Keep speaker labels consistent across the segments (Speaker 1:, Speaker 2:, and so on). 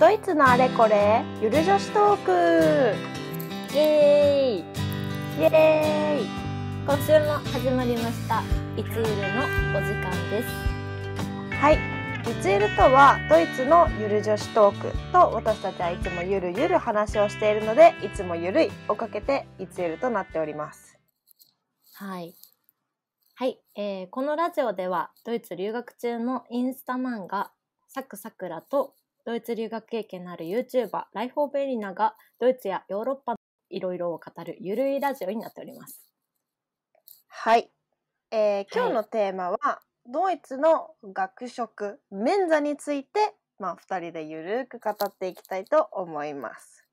Speaker 1: ドイツのあれこれゆる女子トーク
Speaker 2: イエーイ
Speaker 1: イエーイ
Speaker 2: 今週も始まりましたいつゆるのお時間です
Speaker 1: はいリツゆるとはドイツのゆる女子トークと私たちはいつもゆるゆる話をしているのでいつもゆるいをかけていつゆるとなっております
Speaker 2: はいはい、えーこのラジオではドイツ留学中のインスタ漫画サクサクラとドイツ留学経験のある YouTuber ライフォーベリナがドイツやヨーロッパのいろいろを語るゆるいラジオになっております
Speaker 1: はい、えー今日のテーマは、ドイツの学食メンザについてまあ二人でゆるく語っていきたいと思います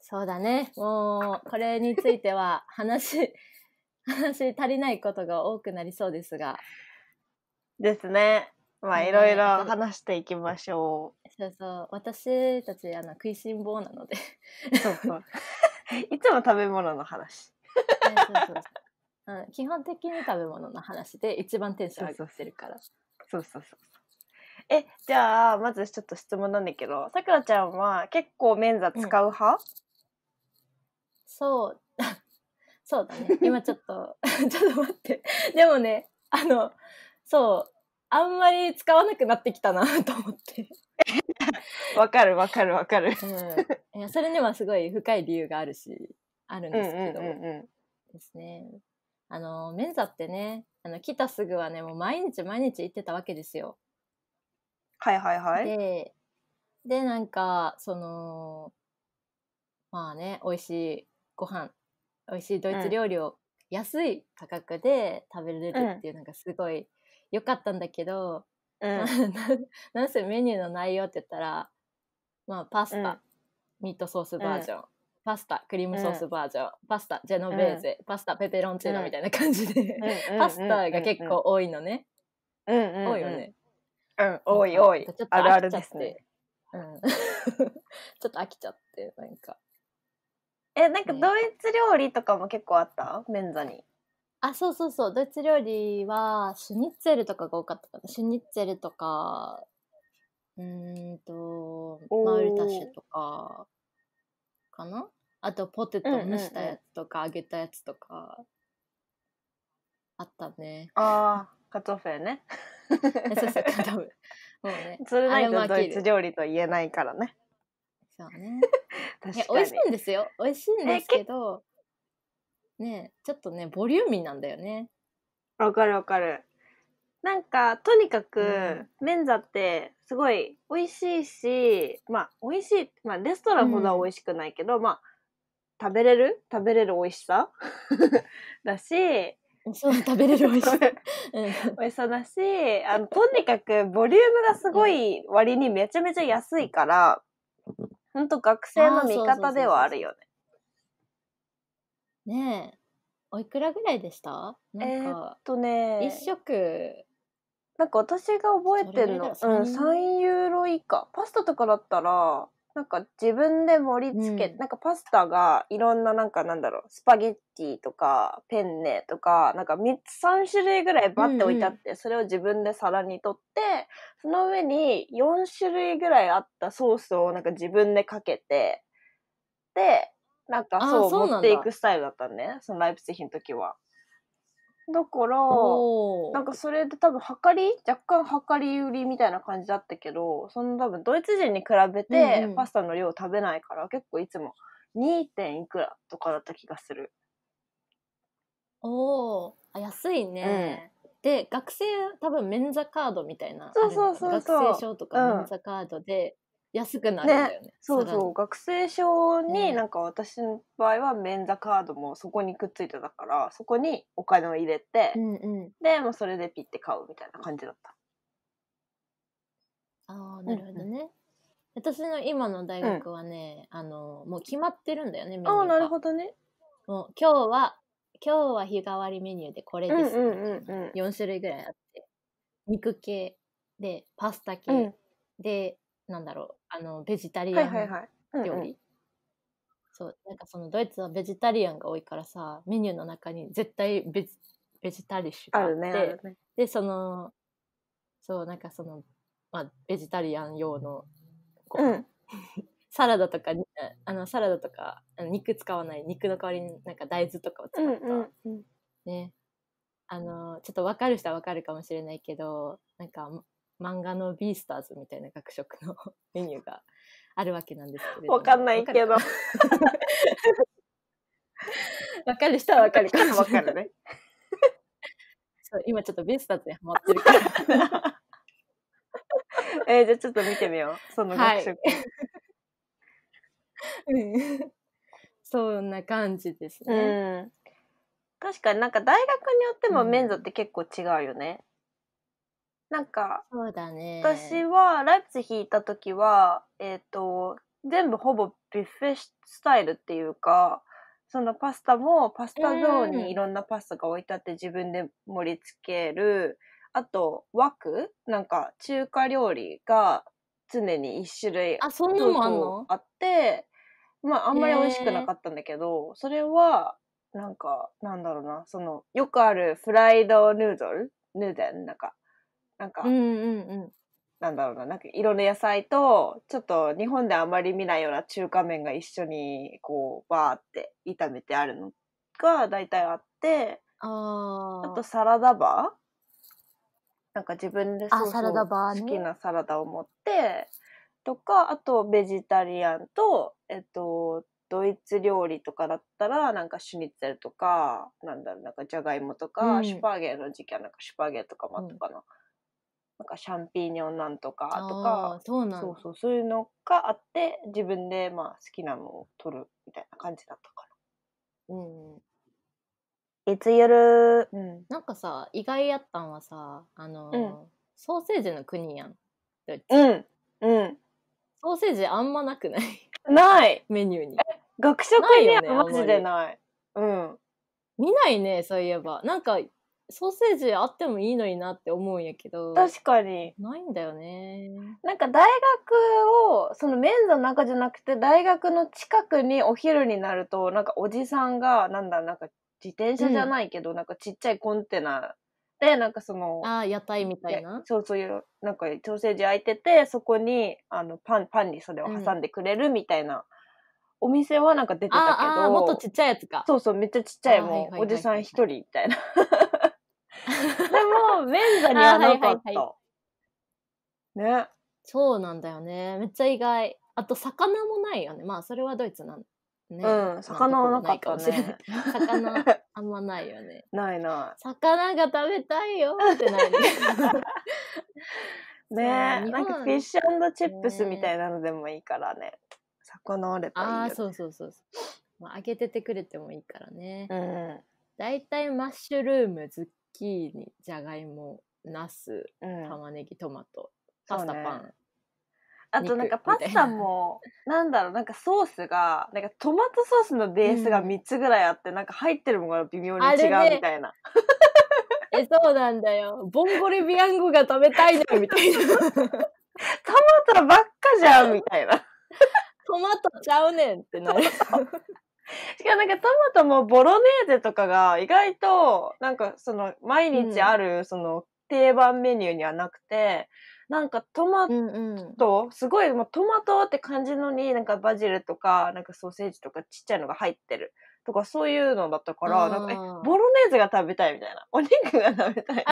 Speaker 2: そうだね。もう、これについては 話、話足りないことが多くなりそうですが、
Speaker 1: ですねまあ
Speaker 2: ね
Speaker 1: いろいろ話していきましょう
Speaker 2: そうそう、私たち、あの、食いしん坊なので。
Speaker 1: そうそう。いつも食べ物の話。
Speaker 2: そうそうそう うん基本的に食べ物の話で一番テンション上がってるから。
Speaker 1: そうそうそうそう。え、じゃあ、まずちょっと質問なんだけど、さくらちゃんは結構メンザ使う派、
Speaker 2: そう、 そうだね。今ちょっと、 ちょっと待って。でもね、あの、そう、あんまり使わなくなってきたなと思って。
Speaker 1: わかるわかるわかる。
Speaker 2: うん、いやそれにはすごい深い理由があるし、あるん
Speaker 1: うんうん
Speaker 2: で
Speaker 1: う
Speaker 2: すけど。
Speaker 1: んう
Speaker 2: ですね。あの、メンザってね、あの、来たすぐはね、もう毎日毎日行ってたわけですよ。
Speaker 1: はいはいはい。
Speaker 2: で、で、なんか、その、まあね、美味しいご飯、美味しいドイ
Speaker 1: うん
Speaker 2: ツ料理を安い価格で食べれるっていうのがすごい良かったんだけど、
Speaker 1: うん
Speaker 2: ななんせメニューの内容って言ったら、まあ、パスタ、
Speaker 1: うん
Speaker 2: ミートソースバージョン、パスタ、クリームソースバージョン、パスタ、ジェノベーゼ、パスタ、ペペロンチーノみたいな感じで、パスタが結構多いのね。
Speaker 1: うんうんうん
Speaker 2: 多いよね。
Speaker 1: うん多い多い
Speaker 2: なんかちょっと
Speaker 1: あるある
Speaker 2: 飽きちゃ
Speaker 1: で
Speaker 2: っ
Speaker 1: すね
Speaker 2: てうん。 ちょっと飽きちゃって、なんか。
Speaker 1: えなんかドイツ料理とかも結構あったメンザに
Speaker 2: あ、そうそうそう。ドイツ料理は、シュニッツェルとかが多かったかな。シュニッツェルとか、うーんと、
Speaker 1: おー
Speaker 2: マウルタッシュとか、かなあと、ポテト
Speaker 1: うんうんうん
Speaker 2: 蒸したやつとか、揚げたやつとか、あったね。
Speaker 1: ああカツオフェね
Speaker 2: えそう そう、多分。もうね。
Speaker 1: それない
Speaker 2: あれも飽
Speaker 1: と
Speaker 2: きる
Speaker 1: ドイツ料理と言えないからね
Speaker 2: そうね。いや
Speaker 1: 確、か
Speaker 2: 美
Speaker 1: に
Speaker 2: 味しいんですよ。美味しいんですけど、ねえちょっとね、ボリューミーなんだよね。
Speaker 1: わかるわかる。なんか、とにかく、
Speaker 2: うん
Speaker 1: メンザって、すごい美味しいし、まあ、美味しい、まあ、レストランほどは美味しくないけど、まあ、食べれる食べれる美味しさ だし、
Speaker 2: そ う、食べれる美味しい。うん
Speaker 1: 美味しさだし、あの、とにかく、ボリュームがすごい割にめちゃめちゃ安いから、ほんと学生の味
Speaker 2: あーそうそうそうそ
Speaker 1: 方
Speaker 2: う
Speaker 1: ではあるよね。
Speaker 2: ねえ、おいくらぐらいでしたなんか、
Speaker 1: とね、
Speaker 2: 一食、
Speaker 1: なんか私が覚えてるの、
Speaker 2: それ
Speaker 1: う
Speaker 2: ぐら
Speaker 1: ん、
Speaker 2: いだよ
Speaker 1: 3ユーロ以下。パスタとかだったら、なんか自分で盛り付け、
Speaker 2: うん
Speaker 1: なんかパスタがいろんななんかなんだろう、スパゲッティとか、ペンネとか、なんか3つ、3種類ぐらいバッて置いてあって、それを自分で皿に取って、その上に4種類ぐらいあったソースをなんか自分でかけて、で、なんか
Speaker 2: あー
Speaker 1: そう
Speaker 2: そ
Speaker 1: 持っ
Speaker 2: うなんだ
Speaker 1: ていくスタイルだったのね、そのライプツィヒの時は。だから、
Speaker 2: おお
Speaker 1: なんかそれで多分はかり若干はかり売りみたいな感じだったけどその多分ドイツ人に比べ
Speaker 2: うん
Speaker 1: て
Speaker 2: うん
Speaker 1: パスタの量食べないから、結構いつも 2. 点いくらとかだった気がする
Speaker 2: おーあ安いね。で、学生、多分、免座カードみたいな。
Speaker 1: そうそうそうそう
Speaker 2: あるのかな学生証とか
Speaker 1: うん
Speaker 2: 免座カードで、安くなるんだよね。
Speaker 1: そう
Speaker 2: さらに
Speaker 1: そう学生証に
Speaker 2: ね
Speaker 1: なんか私の場合は免座カードもそこにくっついてたからそこにお金を入れて、
Speaker 2: うんうん。
Speaker 1: でもうそれでピッて買うみたいな感じだった
Speaker 2: ああ、なるほどね。私の今の大学はね、あの、もう決まってるんだよね、メニュー
Speaker 1: あ
Speaker 2: が
Speaker 1: あなるほどね
Speaker 2: もう今日は、今日は日替わりメニューでこれ
Speaker 1: うんう
Speaker 2: で
Speaker 1: ん
Speaker 2: す。
Speaker 1: うんうん
Speaker 2: 4種類ぐらいあって、肉系で、パスタ系、
Speaker 1: うん
Speaker 2: で、なんだろう、あの、ベジタリ
Speaker 1: は
Speaker 2: ア
Speaker 1: いはい
Speaker 2: ン
Speaker 1: はいうんうん
Speaker 2: 料理。そう、なんかそのドイツはベジタリアンが多いからさ、メニューの中に絶対ベジベジタリッシュが
Speaker 1: あ
Speaker 2: あって、
Speaker 1: るねあるね
Speaker 2: で、その、そう、なんかその、まあ、ベジタリアン用のご
Speaker 1: う
Speaker 2: 飯、
Speaker 1: ん。
Speaker 2: サラダとかにあのサラダとかあの肉使わない肉の代わりになんか大豆とかを使
Speaker 1: うん
Speaker 2: っ
Speaker 1: う
Speaker 2: た
Speaker 1: んうん。
Speaker 2: ねあのちょっと分かる人は分かるかもしれないけどなんか漫画の「ビースターズ」みたいな学食の メニューがあるわけなんですけれども
Speaker 1: わかんないけど
Speaker 2: わかるか分かる人は分かるかもしれな
Speaker 1: わ
Speaker 2: い
Speaker 1: かるね。
Speaker 2: そう今ちょっとビースターズにハマってるから
Speaker 1: えー、じゃあちょっと見てみよう。その学食。
Speaker 2: うんそんな感じですね、
Speaker 1: うん。確かになんか大学によっても
Speaker 2: うん
Speaker 1: メンズって結構違うよね。なんか、
Speaker 2: そうだね
Speaker 1: 私はライプツヒ行った時は、えっ、と、全部ほぼビュッフェスタイルっていうか、そのパスタもパスタゾーン
Speaker 2: うん
Speaker 1: にいろんなパスタが置いてあって自分で盛り付ける。あと、枠なんか中華料理が常に一種類
Speaker 2: あそんなもんあん
Speaker 1: そうそう
Speaker 2: の
Speaker 1: あって、まああんまり美味しくなかったんだけど、それは、なんか、なんだろうな、その、よくあるフライドヌードルヌーデンなんか、なんか、
Speaker 2: うんうんうん
Speaker 1: なんだろうな、なんかいろんな野菜と、ちょっと日本であまり見ないような中華麺が一緒に、こう、バーって炒めてあるのが大体あって、
Speaker 2: あ
Speaker 1: あ
Speaker 2: ー
Speaker 1: とサラダバーなんか自分で
Speaker 2: あサラダバーね
Speaker 1: 好きなサラダを持ってとかあとベジタリアンとえっとドイツ料理とかだったらなんかシュニッツェルとかなんだろうなんかじゃがいもとか、
Speaker 2: うん
Speaker 1: シュパゲの時期はなんかシュパゲとかもあったかな、なんかシャンピーニョンなんとかとか
Speaker 2: あーそうなんだ
Speaker 1: そうそうそういうのがあって自分でまあ好きなのを取るみたいな感じだったか
Speaker 2: うん
Speaker 1: な。いつゆるうん
Speaker 2: なんかさ意外やったんはさあのー、
Speaker 1: うん
Speaker 2: ソーセージの国やんドイツ
Speaker 1: うんうん
Speaker 2: ソーセージあんまなくない
Speaker 1: ない
Speaker 2: メニューに
Speaker 1: 学食
Speaker 2: ない
Speaker 1: に
Speaker 2: よ
Speaker 1: は
Speaker 2: ねあんま
Speaker 1: マ
Speaker 2: り
Speaker 1: ジでない。うん。
Speaker 2: 見ないねそういえばなんかソーセージあってもいいのになって思うんやけど
Speaker 1: 確かに。
Speaker 2: ないんだよね
Speaker 1: なんか大学を、そのメンズの中じゃなくて、大学の近くにお昼になると、なんかおじさんが、なんだ、なんか自転車じゃないけど、なんかちっちゃいコンテナで、なんかその、
Speaker 2: あー屋台みたい
Speaker 1: いや
Speaker 2: な
Speaker 1: そうそういう、なんかソーセージ焼いてて、そこに、あの、パン、パンにそれを挟んでくれるみたいな、お店はなんか出てたけど。
Speaker 2: あーあーもっとちっちゃいやつか
Speaker 1: そうそう、めっちゃちっちゃい、
Speaker 2: あーはい
Speaker 1: も、
Speaker 2: はいうは
Speaker 1: お
Speaker 2: いはい
Speaker 1: じさん一人み たいな。でも、メンザにはなかっ
Speaker 2: あーは
Speaker 1: た。
Speaker 2: い
Speaker 1: ね。
Speaker 2: そうなんだよねめっちゃ意外あと魚もないよねまあそれはドイツなんね
Speaker 1: うん、魚はなかった
Speaker 2: まあどこもない
Speaker 1: ね
Speaker 2: か。もしれない魚あんまないよね
Speaker 1: ないな
Speaker 2: 魚が食べたいよってな る
Speaker 1: い。ね
Speaker 2: そう
Speaker 1: なんか
Speaker 2: 日本
Speaker 1: フィッシュチップスみたいなのでもいいからね。魚あれば
Speaker 2: あ
Speaker 1: いい
Speaker 2: あ
Speaker 1: よ。
Speaker 2: そうそうそうそう、まあ、揚げててくれてもいいからね、
Speaker 1: うん。
Speaker 2: だいたいマッシュルームズッキーニじゃがいもナス
Speaker 1: うん。
Speaker 2: 玉ねぎトマトパスタ
Speaker 1: そうね
Speaker 2: パン、
Speaker 1: あとなんかパスタも、なんだろう、なんかソースが、なんかトマトソースのベースが3つぐらいあって、なんか入ってるものが微妙に違うみ
Speaker 2: あれね
Speaker 1: たいな。
Speaker 2: えそうなんだよボンゴレビアンゴが食べたいのよみた いな
Speaker 1: トマトばっかじゃんみたいな。
Speaker 2: トマトちゃうねんってなる
Speaker 1: しかもなんかトマトもボロネーゼとかが意外となんかその毎日あるその定番メニューにはなくて、なんかトマ
Speaker 2: うんうん
Speaker 1: ト、すごいもうトマトって感じのになんかバジルとかなんかソーセージとかちっちゃいのが入ってるとかそういうのだったから、
Speaker 2: あー
Speaker 1: なんかえボロネーゼが食べたいみたいな。お 肉が食べたい。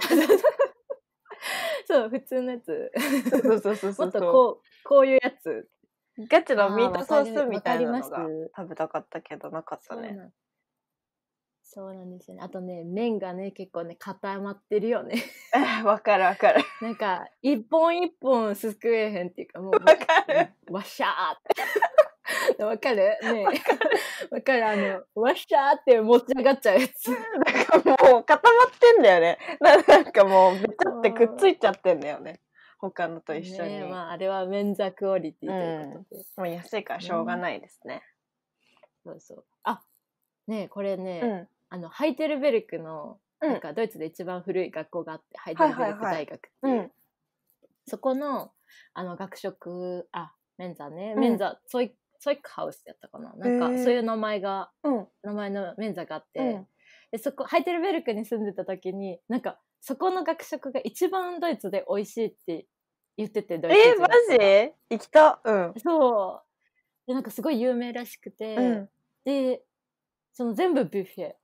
Speaker 2: そう普通のやつ
Speaker 1: そうそうそうそ
Speaker 2: もっ
Speaker 1: う
Speaker 2: と
Speaker 1: そう。
Speaker 2: こうこういうやつ
Speaker 1: ガチのミ
Speaker 2: あ
Speaker 1: ー
Speaker 2: ー
Speaker 1: トソースみたいな
Speaker 2: わ
Speaker 1: の
Speaker 2: か
Speaker 1: が
Speaker 2: ります
Speaker 1: 食べたかったけどなかったね。
Speaker 2: んそうなんですよねあとね麺がね結構ね固まってるよね
Speaker 1: えわかるわかる。
Speaker 2: なんか、一本一本すくえへんっていうか、もう、
Speaker 1: わかる。
Speaker 2: わっしゃーって。わ かるねえわかるあの、わっしゃーって持ち上がっちゃうやつ。
Speaker 1: なんかもう固まってんだよね。 ななんかもうべちゃってくっついちゃってんだよね。他のと一緒に。
Speaker 2: ねえまあ、あれはメンザクオリティということで。
Speaker 1: もう安いからしょうがないですね。
Speaker 2: そうそう。あ、ねえこれね、
Speaker 1: うん。
Speaker 2: あの、ハイテルベルクの、
Speaker 1: うん
Speaker 2: なんかドイツで一番古い学校があって、ハイテルベルク大学っていう
Speaker 1: うん。
Speaker 2: そこの、あの、学食、あ、メンザね、
Speaker 1: うん
Speaker 2: メンザ、ソイ、ソイクハウスってやったかな。なんか、
Speaker 1: へえ
Speaker 2: そういう名前が、
Speaker 1: うん。
Speaker 2: 名前のメンザがあって、
Speaker 1: うん
Speaker 2: でそこハイテルベルクに住んでた時になんかそこの学食が一番ドイツで美味しいって言ってて、ドイツ
Speaker 1: え
Speaker 2: 人
Speaker 1: マジ行きたうん。
Speaker 2: そう。で、なんかすごい有名らしくて、
Speaker 1: うん、
Speaker 2: で、その全部ビュッフェ。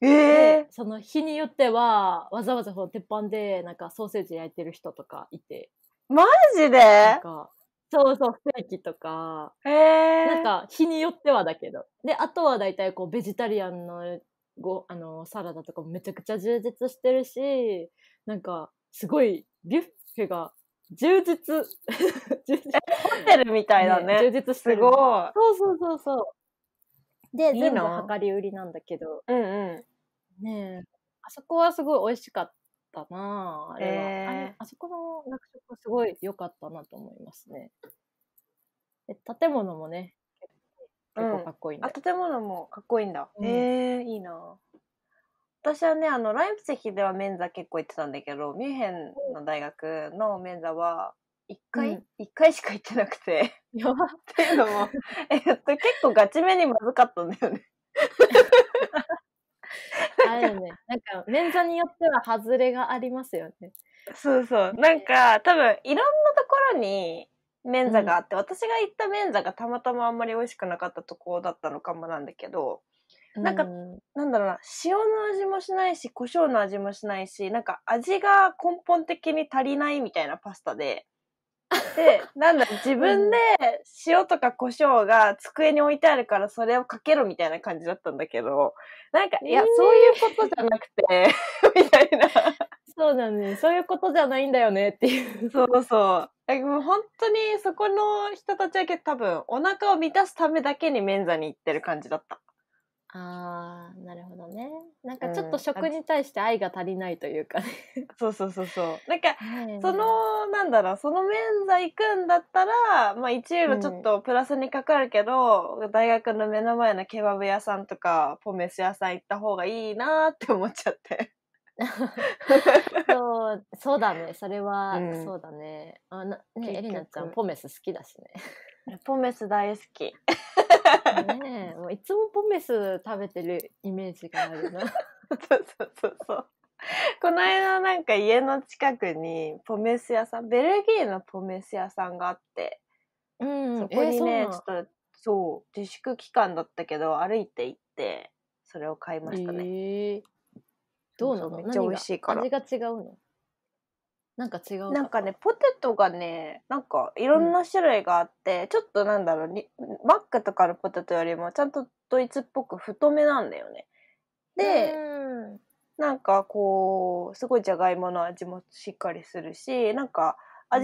Speaker 1: え
Speaker 2: で
Speaker 1: え
Speaker 2: その日によっては、わざわざこの鉄板で、なんかソーセージ焼いてる人とかいて、
Speaker 1: マジで
Speaker 2: なんか、そうそう、ステーキとか、
Speaker 1: ええ
Speaker 2: なんか日によってはだけど。で、あとは大体こう、ベジタリアンのご、あの、サラダとかもめちゃくちゃ充実してるし、なんか、すごい、ビュッフェが充実、 充実
Speaker 1: ホテルみたいだね。
Speaker 2: 充実して
Speaker 1: す
Speaker 2: る。
Speaker 1: ごい。
Speaker 2: そうそうそうそう。で、
Speaker 1: いい
Speaker 2: 全部
Speaker 1: な
Speaker 2: 量り売りなんだけど、
Speaker 1: うんうん。
Speaker 2: ねえ、あそこはすごい美味しかったなああれは、
Speaker 1: えー
Speaker 2: あれあそこの学食はすごい良かったなと思いますね。で建物もね、結構かっこいいんで
Speaker 1: あ、建物もかっこいいんだ。
Speaker 2: うん
Speaker 1: へえいいな。私はね、あの、ライプツィヒではメンザ結構行ってたんだけど、ミュンヘンの大学のメンザは、一
Speaker 2: う
Speaker 1: 回
Speaker 2: ん、
Speaker 1: 一、回しか行ってなくて。
Speaker 2: いや
Speaker 1: っていうのも、えっと、結構ガチめにまずかったんだよね。
Speaker 2: あれよね、なんか、メンザによっては外れがありますよね。
Speaker 1: そうそう。なんか、多分、いろんなところに、メンザがあって、私が行ったメンザがたまたまあんまり美味しくなかったとこだったのかもなんだけど、なんか
Speaker 2: うん
Speaker 1: なんだろうな、塩の味もしないし、胡椒の味もしないし、なんか味が根本的に足りないみたいなパスタで、 で、なんだろう、自分で塩とか胡椒が机に置いてあるからそれをかけろみたいな感じだったんだけど、なんか、いや、
Speaker 2: えー
Speaker 1: そういうことじゃなくて、 みたいな。
Speaker 2: そうだね、そういうことじゃないんだよねっていう。
Speaker 1: そうそう。えもう本当にそこの人たちだけ多分お腹を満たすためだけにメンザに行ってる感じだった。
Speaker 2: あー、なるほどね。なん
Speaker 1: う
Speaker 2: か
Speaker 1: ん
Speaker 2: ちょっと食に対して愛が足りないというかね。
Speaker 1: そうそうそうそう。なんか
Speaker 2: ねえ
Speaker 1: そ、の、なんだろう、そのメンザ行くんだったら、まあ一ユーロちょっとプラスにかかるけど、大学の目の前のケバブ屋さんとか、ポメス屋さん行った方がいいなーって思っちゃって。
Speaker 2: そうそうだね、それは、
Speaker 1: うん
Speaker 2: そうだね。あな
Speaker 1: 結
Speaker 2: ね
Speaker 1: 局
Speaker 2: エリナちゃん、ポメス好きだし ね。
Speaker 1: ポメス大好き。
Speaker 2: ねえもういつもポメス食べてるイメージがある な。
Speaker 1: そうそうそうそう。この間なんか家の近くにポメス屋さん、ベルギーのポメス屋さんがあって、
Speaker 2: うん、
Speaker 1: そこにね、
Speaker 2: えー
Speaker 1: ちょっと、そう、自粛期間だったけど、歩いて行って、それを買いま
Speaker 2: そう
Speaker 1: した
Speaker 2: なの
Speaker 1: ね。
Speaker 2: えーどうなの
Speaker 1: そうそうめっちゃ美味しいから
Speaker 2: 何が味が違うのなんか違う
Speaker 1: なんかね、ポテトがね、なんかいろんな種類があって、ちょっとなんだろうに、マックとかのポテトよりもちゃんとドイツっぽく太めなんだよね。で、
Speaker 2: うん
Speaker 1: なんかこう、すごいじゃがいもの味もしっかりするし、なんか
Speaker 2: うんうん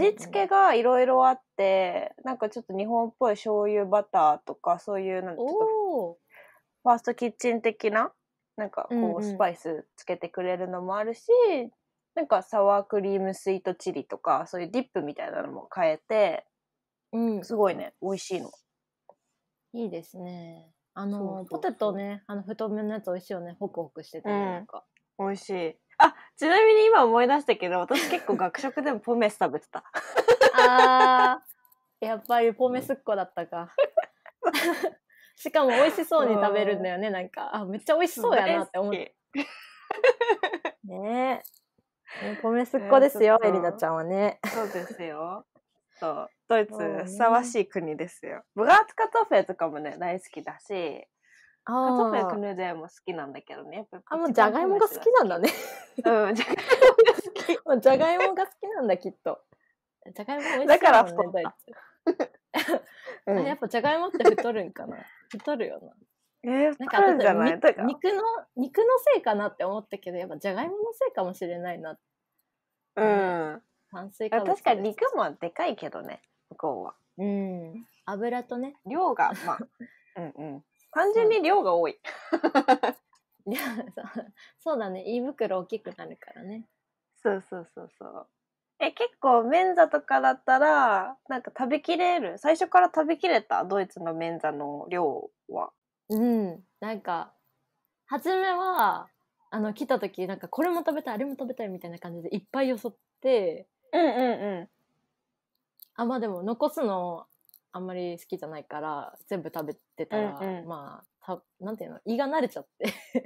Speaker 1: 味付けがいろいろあって、なんかちょっと日本っぽい醤油バターとかそういう、なんかちょっと
Speaker 2: おお
Speaker 1: ファーストキッチン的な、なんか
Speaker 2: うん
Speaker 1: こう、
Speaker 2: うん
Speaker 1: スパイスつけてくれるのもあるし、なんかサワークリームスイートチリとか、そういうディップみたいなのも変えて、
Speaker 2: うん
Speaker 1: すごいね、美味しいの。
Speaker 2: いいですねあ
Speaker 1: そうそう
Speaker 2: の
Speaker 1: そう
Speaker 2: ポテトねあの太めのやつ美味しいよねホクホクしてて、
Speaker 1: うん
Speaker 2: なんか
Speaker 1: 美味しい。あ、ちなみに今思い出したけど、私結構学食でもポメス食べて た。
Speaker 2: あー やっぱりポメスっ子だったかしかも美味しそうに食べるんだよねなんかあめっちゃ美味しそうやなって思っ
Speaker 1: 大
Speaker 2: て
Speaker 1: 好き
Speaker 2: ねねポメスっ子ですよ、
Speaker 1: えーちょっ
Speaker 2: エ
Speaker 1: と
Speaker 2: リナちゃんはね
Speaker 1: そうですよ。そう。ドイツ
Speaker 2: そうね、
Speaker 1: ふさわしい国ですよ。ブラーツカトフェとかもね、大好きだし、
Speaker 2: あ
Speaker 1: カトフェク
Speaker 2: ー
Speaker 1: ヌーデンも好きなんだけどね。やっぱ
Speaker 2: あもうじゃがいもが好きなんだね
Speaker 1: なんうん、じゃがいもが好き。
Speaker 2: もうじゃがいもが好きなんだきっとじゃがいも美味しい
Speaker 1: だから太っ
Speaker 2: もん
Speaker 1: た
Speaker 2: ね大地
Speaker 1: う
Speaker 2: あやっぱじゃがいもって太るんかな太るよな
Speaker 1: えー、
Speaker 2: なん
Speaker 1: あるんじゃ
Speaker 2: か
Speaker 1: ない
Speaker 2: 私
Speaker 1: だ
Speaker 2: 肉
Speaker 1: から
Speaker 2: の肉のせいかなって思ったけどやっぱじゃがいものせいかもしれないな
Speaker 1: うん。
Speaker 2: 炭水化物
Speaker 1: 確かに肉もでかいけどね、向こうは。
Speaker 2: うん油とね
Speaker 1: 量が、まあ、 うんうん。単純に量が多い。
Speaker 2: いやそうそうだね胃袋大きくなるからね
Speaker 1: そうそうそうそう。え、結構メンザとかだったら、なんか食べきれる最初から食べきれたドイツのメンザの量は。
Speaker 2: うんなんか初めはあの来た時なんかこれも食べたいあれも食べたいみたいな感じでいっぱいよそって
Speaker 1: うんうんうん。
Speaker 2: あまあでも残すのあんまり好きじゃないから全部食べてたら、
Speaker 1: うんうん
Speaker 2: まあたなんていうの胃が慣れちゃって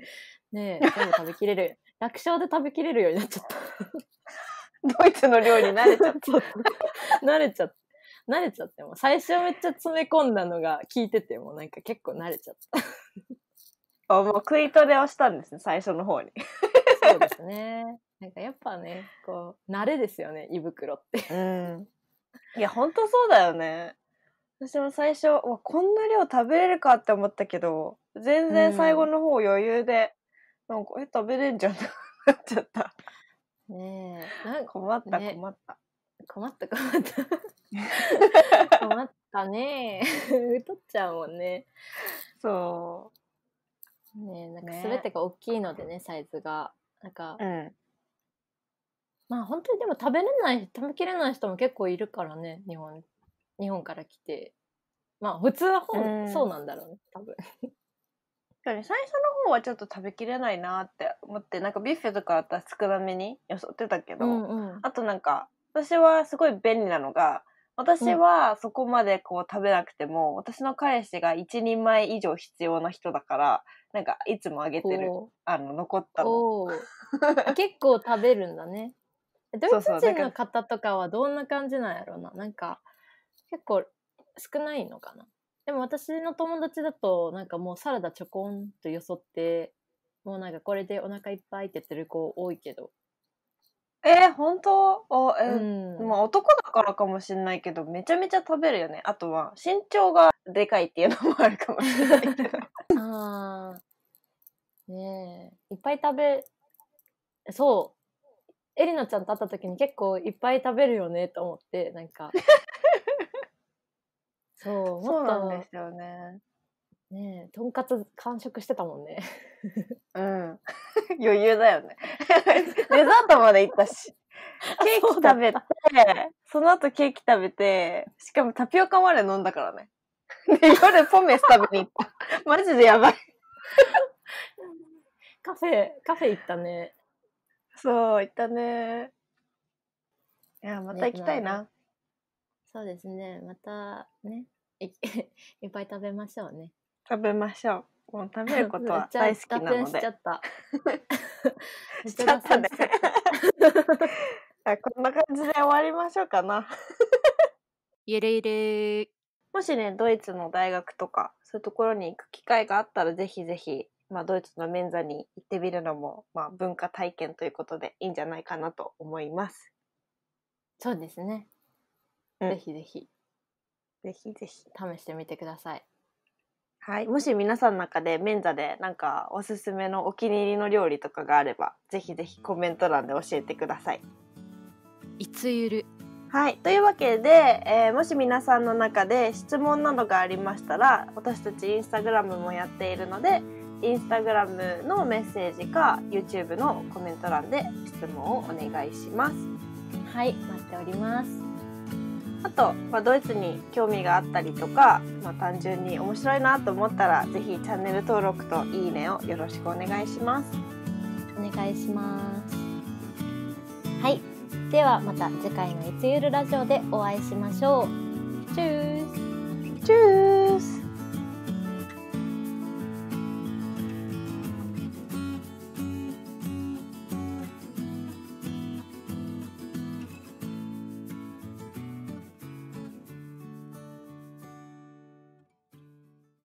Speaker 2: ねえ全部食べきれる楽勝で食べきれるようになっちゃった
Speaker 1: ドイツの料理慣れちゃっ
Speaker 2: そう 慣れちゃって。慣れちゃってもう最初めっちゃ詰め込んだのが聞いててもなんか結構慣れち ゃった
Speaker 1: た。 あ、もう食いトレをしたんですね、最初の方に。
Speaker 2: そうですねなんかやっぱねこう慣れですよね胃袋って
Speaker 1: うん。いや、ほんとそうだよね。私も最初、うわこんな量食べれるかって思ったけど、全
Speaker 2: う
Speaker 1: 然
Speaker 2: ん
Speaker 1: 最後の方余裕で、なんか、え、食べれんじゃんってなっちゃった。
Speaker 2: ねえなんか
Speaker 1: 困った、
Speaker 2: ね
Speaker 1: 困った。
Speaker 2: 困った困った 困ったね 太っちゃうもんね
Speaker 1: そ
Speaker 2: ねえなんか
Speaker 1: ね
Speaker 2: 全てが大きいのでねサイズがなんか
Speaker 1: う。うん。
Speaker 2: まあ本当にでも食べれない食べきれない人も結構いるからね日本日本から来てまあ普通はほ
Speaker 1: う
Speaker 2: ん
Speaker 1: ん
Speaker 2: そうなんだろうね多分
Speaker 1: 確かに最初の方はちょっと食べきれないなって思ってなんかビュッフェとかあったら少なめによそってたけど、
Speaker 2: うんうん
Speaker 1: あとなんか私はすごい便利なのが私はそこまでこう食べなくても、私の彼氏が一人前以上必要な人だからなんかいつもあげてる
Speaker 2: お
Speaker 1: あの残っ
Speaker 2: ー
Speaker 1: たの
Speaker 2: おーあ結構食べるんだねド イ
Speaker 1: そう
Speaker 2: ツ
Speaker 1: そう
Speaker 2: 人
Speaker 1: だから
Speaker 2: の方とかはどんな感じなんやろうななんか結構少ないのかなでも私の友達だとなんかもうサラダちょこんとよそってもうなんかこれでお腹いっぱいって言ってる子多いけど、
Speaker 1: えー、本当あえー
Speaker 2: ん
Speaker 1: まあ男だからかもしんないけどめちゃめちゃ食べるよねあとは身長がでかいっていうのもあるかもしれないけど
Speaker 2: ああ。ねえ。いっぱい食べ、そう。エリナちゃんと会った時に結構いっぱい食べるよねと思って、なん か。そう、
Speaker 1: そ
Speaker 2: も
Speaker 1: う
Speaker 2: っ
Speaker 1: なんで
Speaker 2: と、
Speaker 1: すよね
Speaker 2: ねえ、とんかつ完食してたもんね。
Speaker 1: うん 余裕だよね デザートまで行ったしケーキ
Speaker 2: そうだ
Speaker 1: 食べて、その後ケーキ食べて、しかもタピオカまで飲んだからね。 で、夜ポメス食べに行った。 マジでやばい。
Speaker 2: カフェ、カフェ行ったね。
Speaker 1: そう、行ったね。いや、また行きたいな。
Speaker 2: そうですね。またね、い いっぱい食べましょうね。
Speaker 1: 食べましょう。 もう食べること
Speaker 2: めっ
Speaker 1: は
Speaker 2: ちゃ
Speaker 1: 大好きな
Speaker 2: 脱線
Speaker 1: の
Speaker 2: しちゃ
Speaker 1: で。
Speaker 2: った。めっ
Speaker 1: し
Speaker 2: ちゃ
Speaker 1: ちゃったね
Speaker 2: 脱線しちゃっ た。
Speaker 1: あこんな感じで終わりましょうかな。
Speaker 2: ゆるゆる。
Speaker 1: もしね、ドイツの大学とか、そういうところに行く機会があったら、ぜひぜひ、まあ、ドイツのメンザに行ってみるのも、まあ、文化体験ということでいいんじゃないかなと思います。
Speaker 2: そうですね。
Speaker 1: うん
Speaker 2: ぜひぜひ
Speaker 1: ぜひぜひ。
Speaker 2: 試してみてください。
Speaker 1: はい、もし皆さんの中でメンザでなんかおすすめのお気に入りの料理とかがあればぜひぜひコメント欄で教えてください。
Speaker 2: いつゆる。
Speaker 1: はい、というわけで、えーもし皆さんの中で質問などがありましたら私たちインスタグラムもやっているのでインスタグラムのメッセージか YouTube のコメント欄で質問をお願いします。
Speaker 2: はい、待っております。
Speaker 1: あと、まあ、ドイツに興味があったりとか、まあ、単純に面白いなと思ったらぜひチャンネル登録といいねをよろしくお願いします。
Speaker 2: お願いします。はい、ではまた次回のいつゆるラジオでお会いしましょう。チュース。
Speaker 1: Tschüss.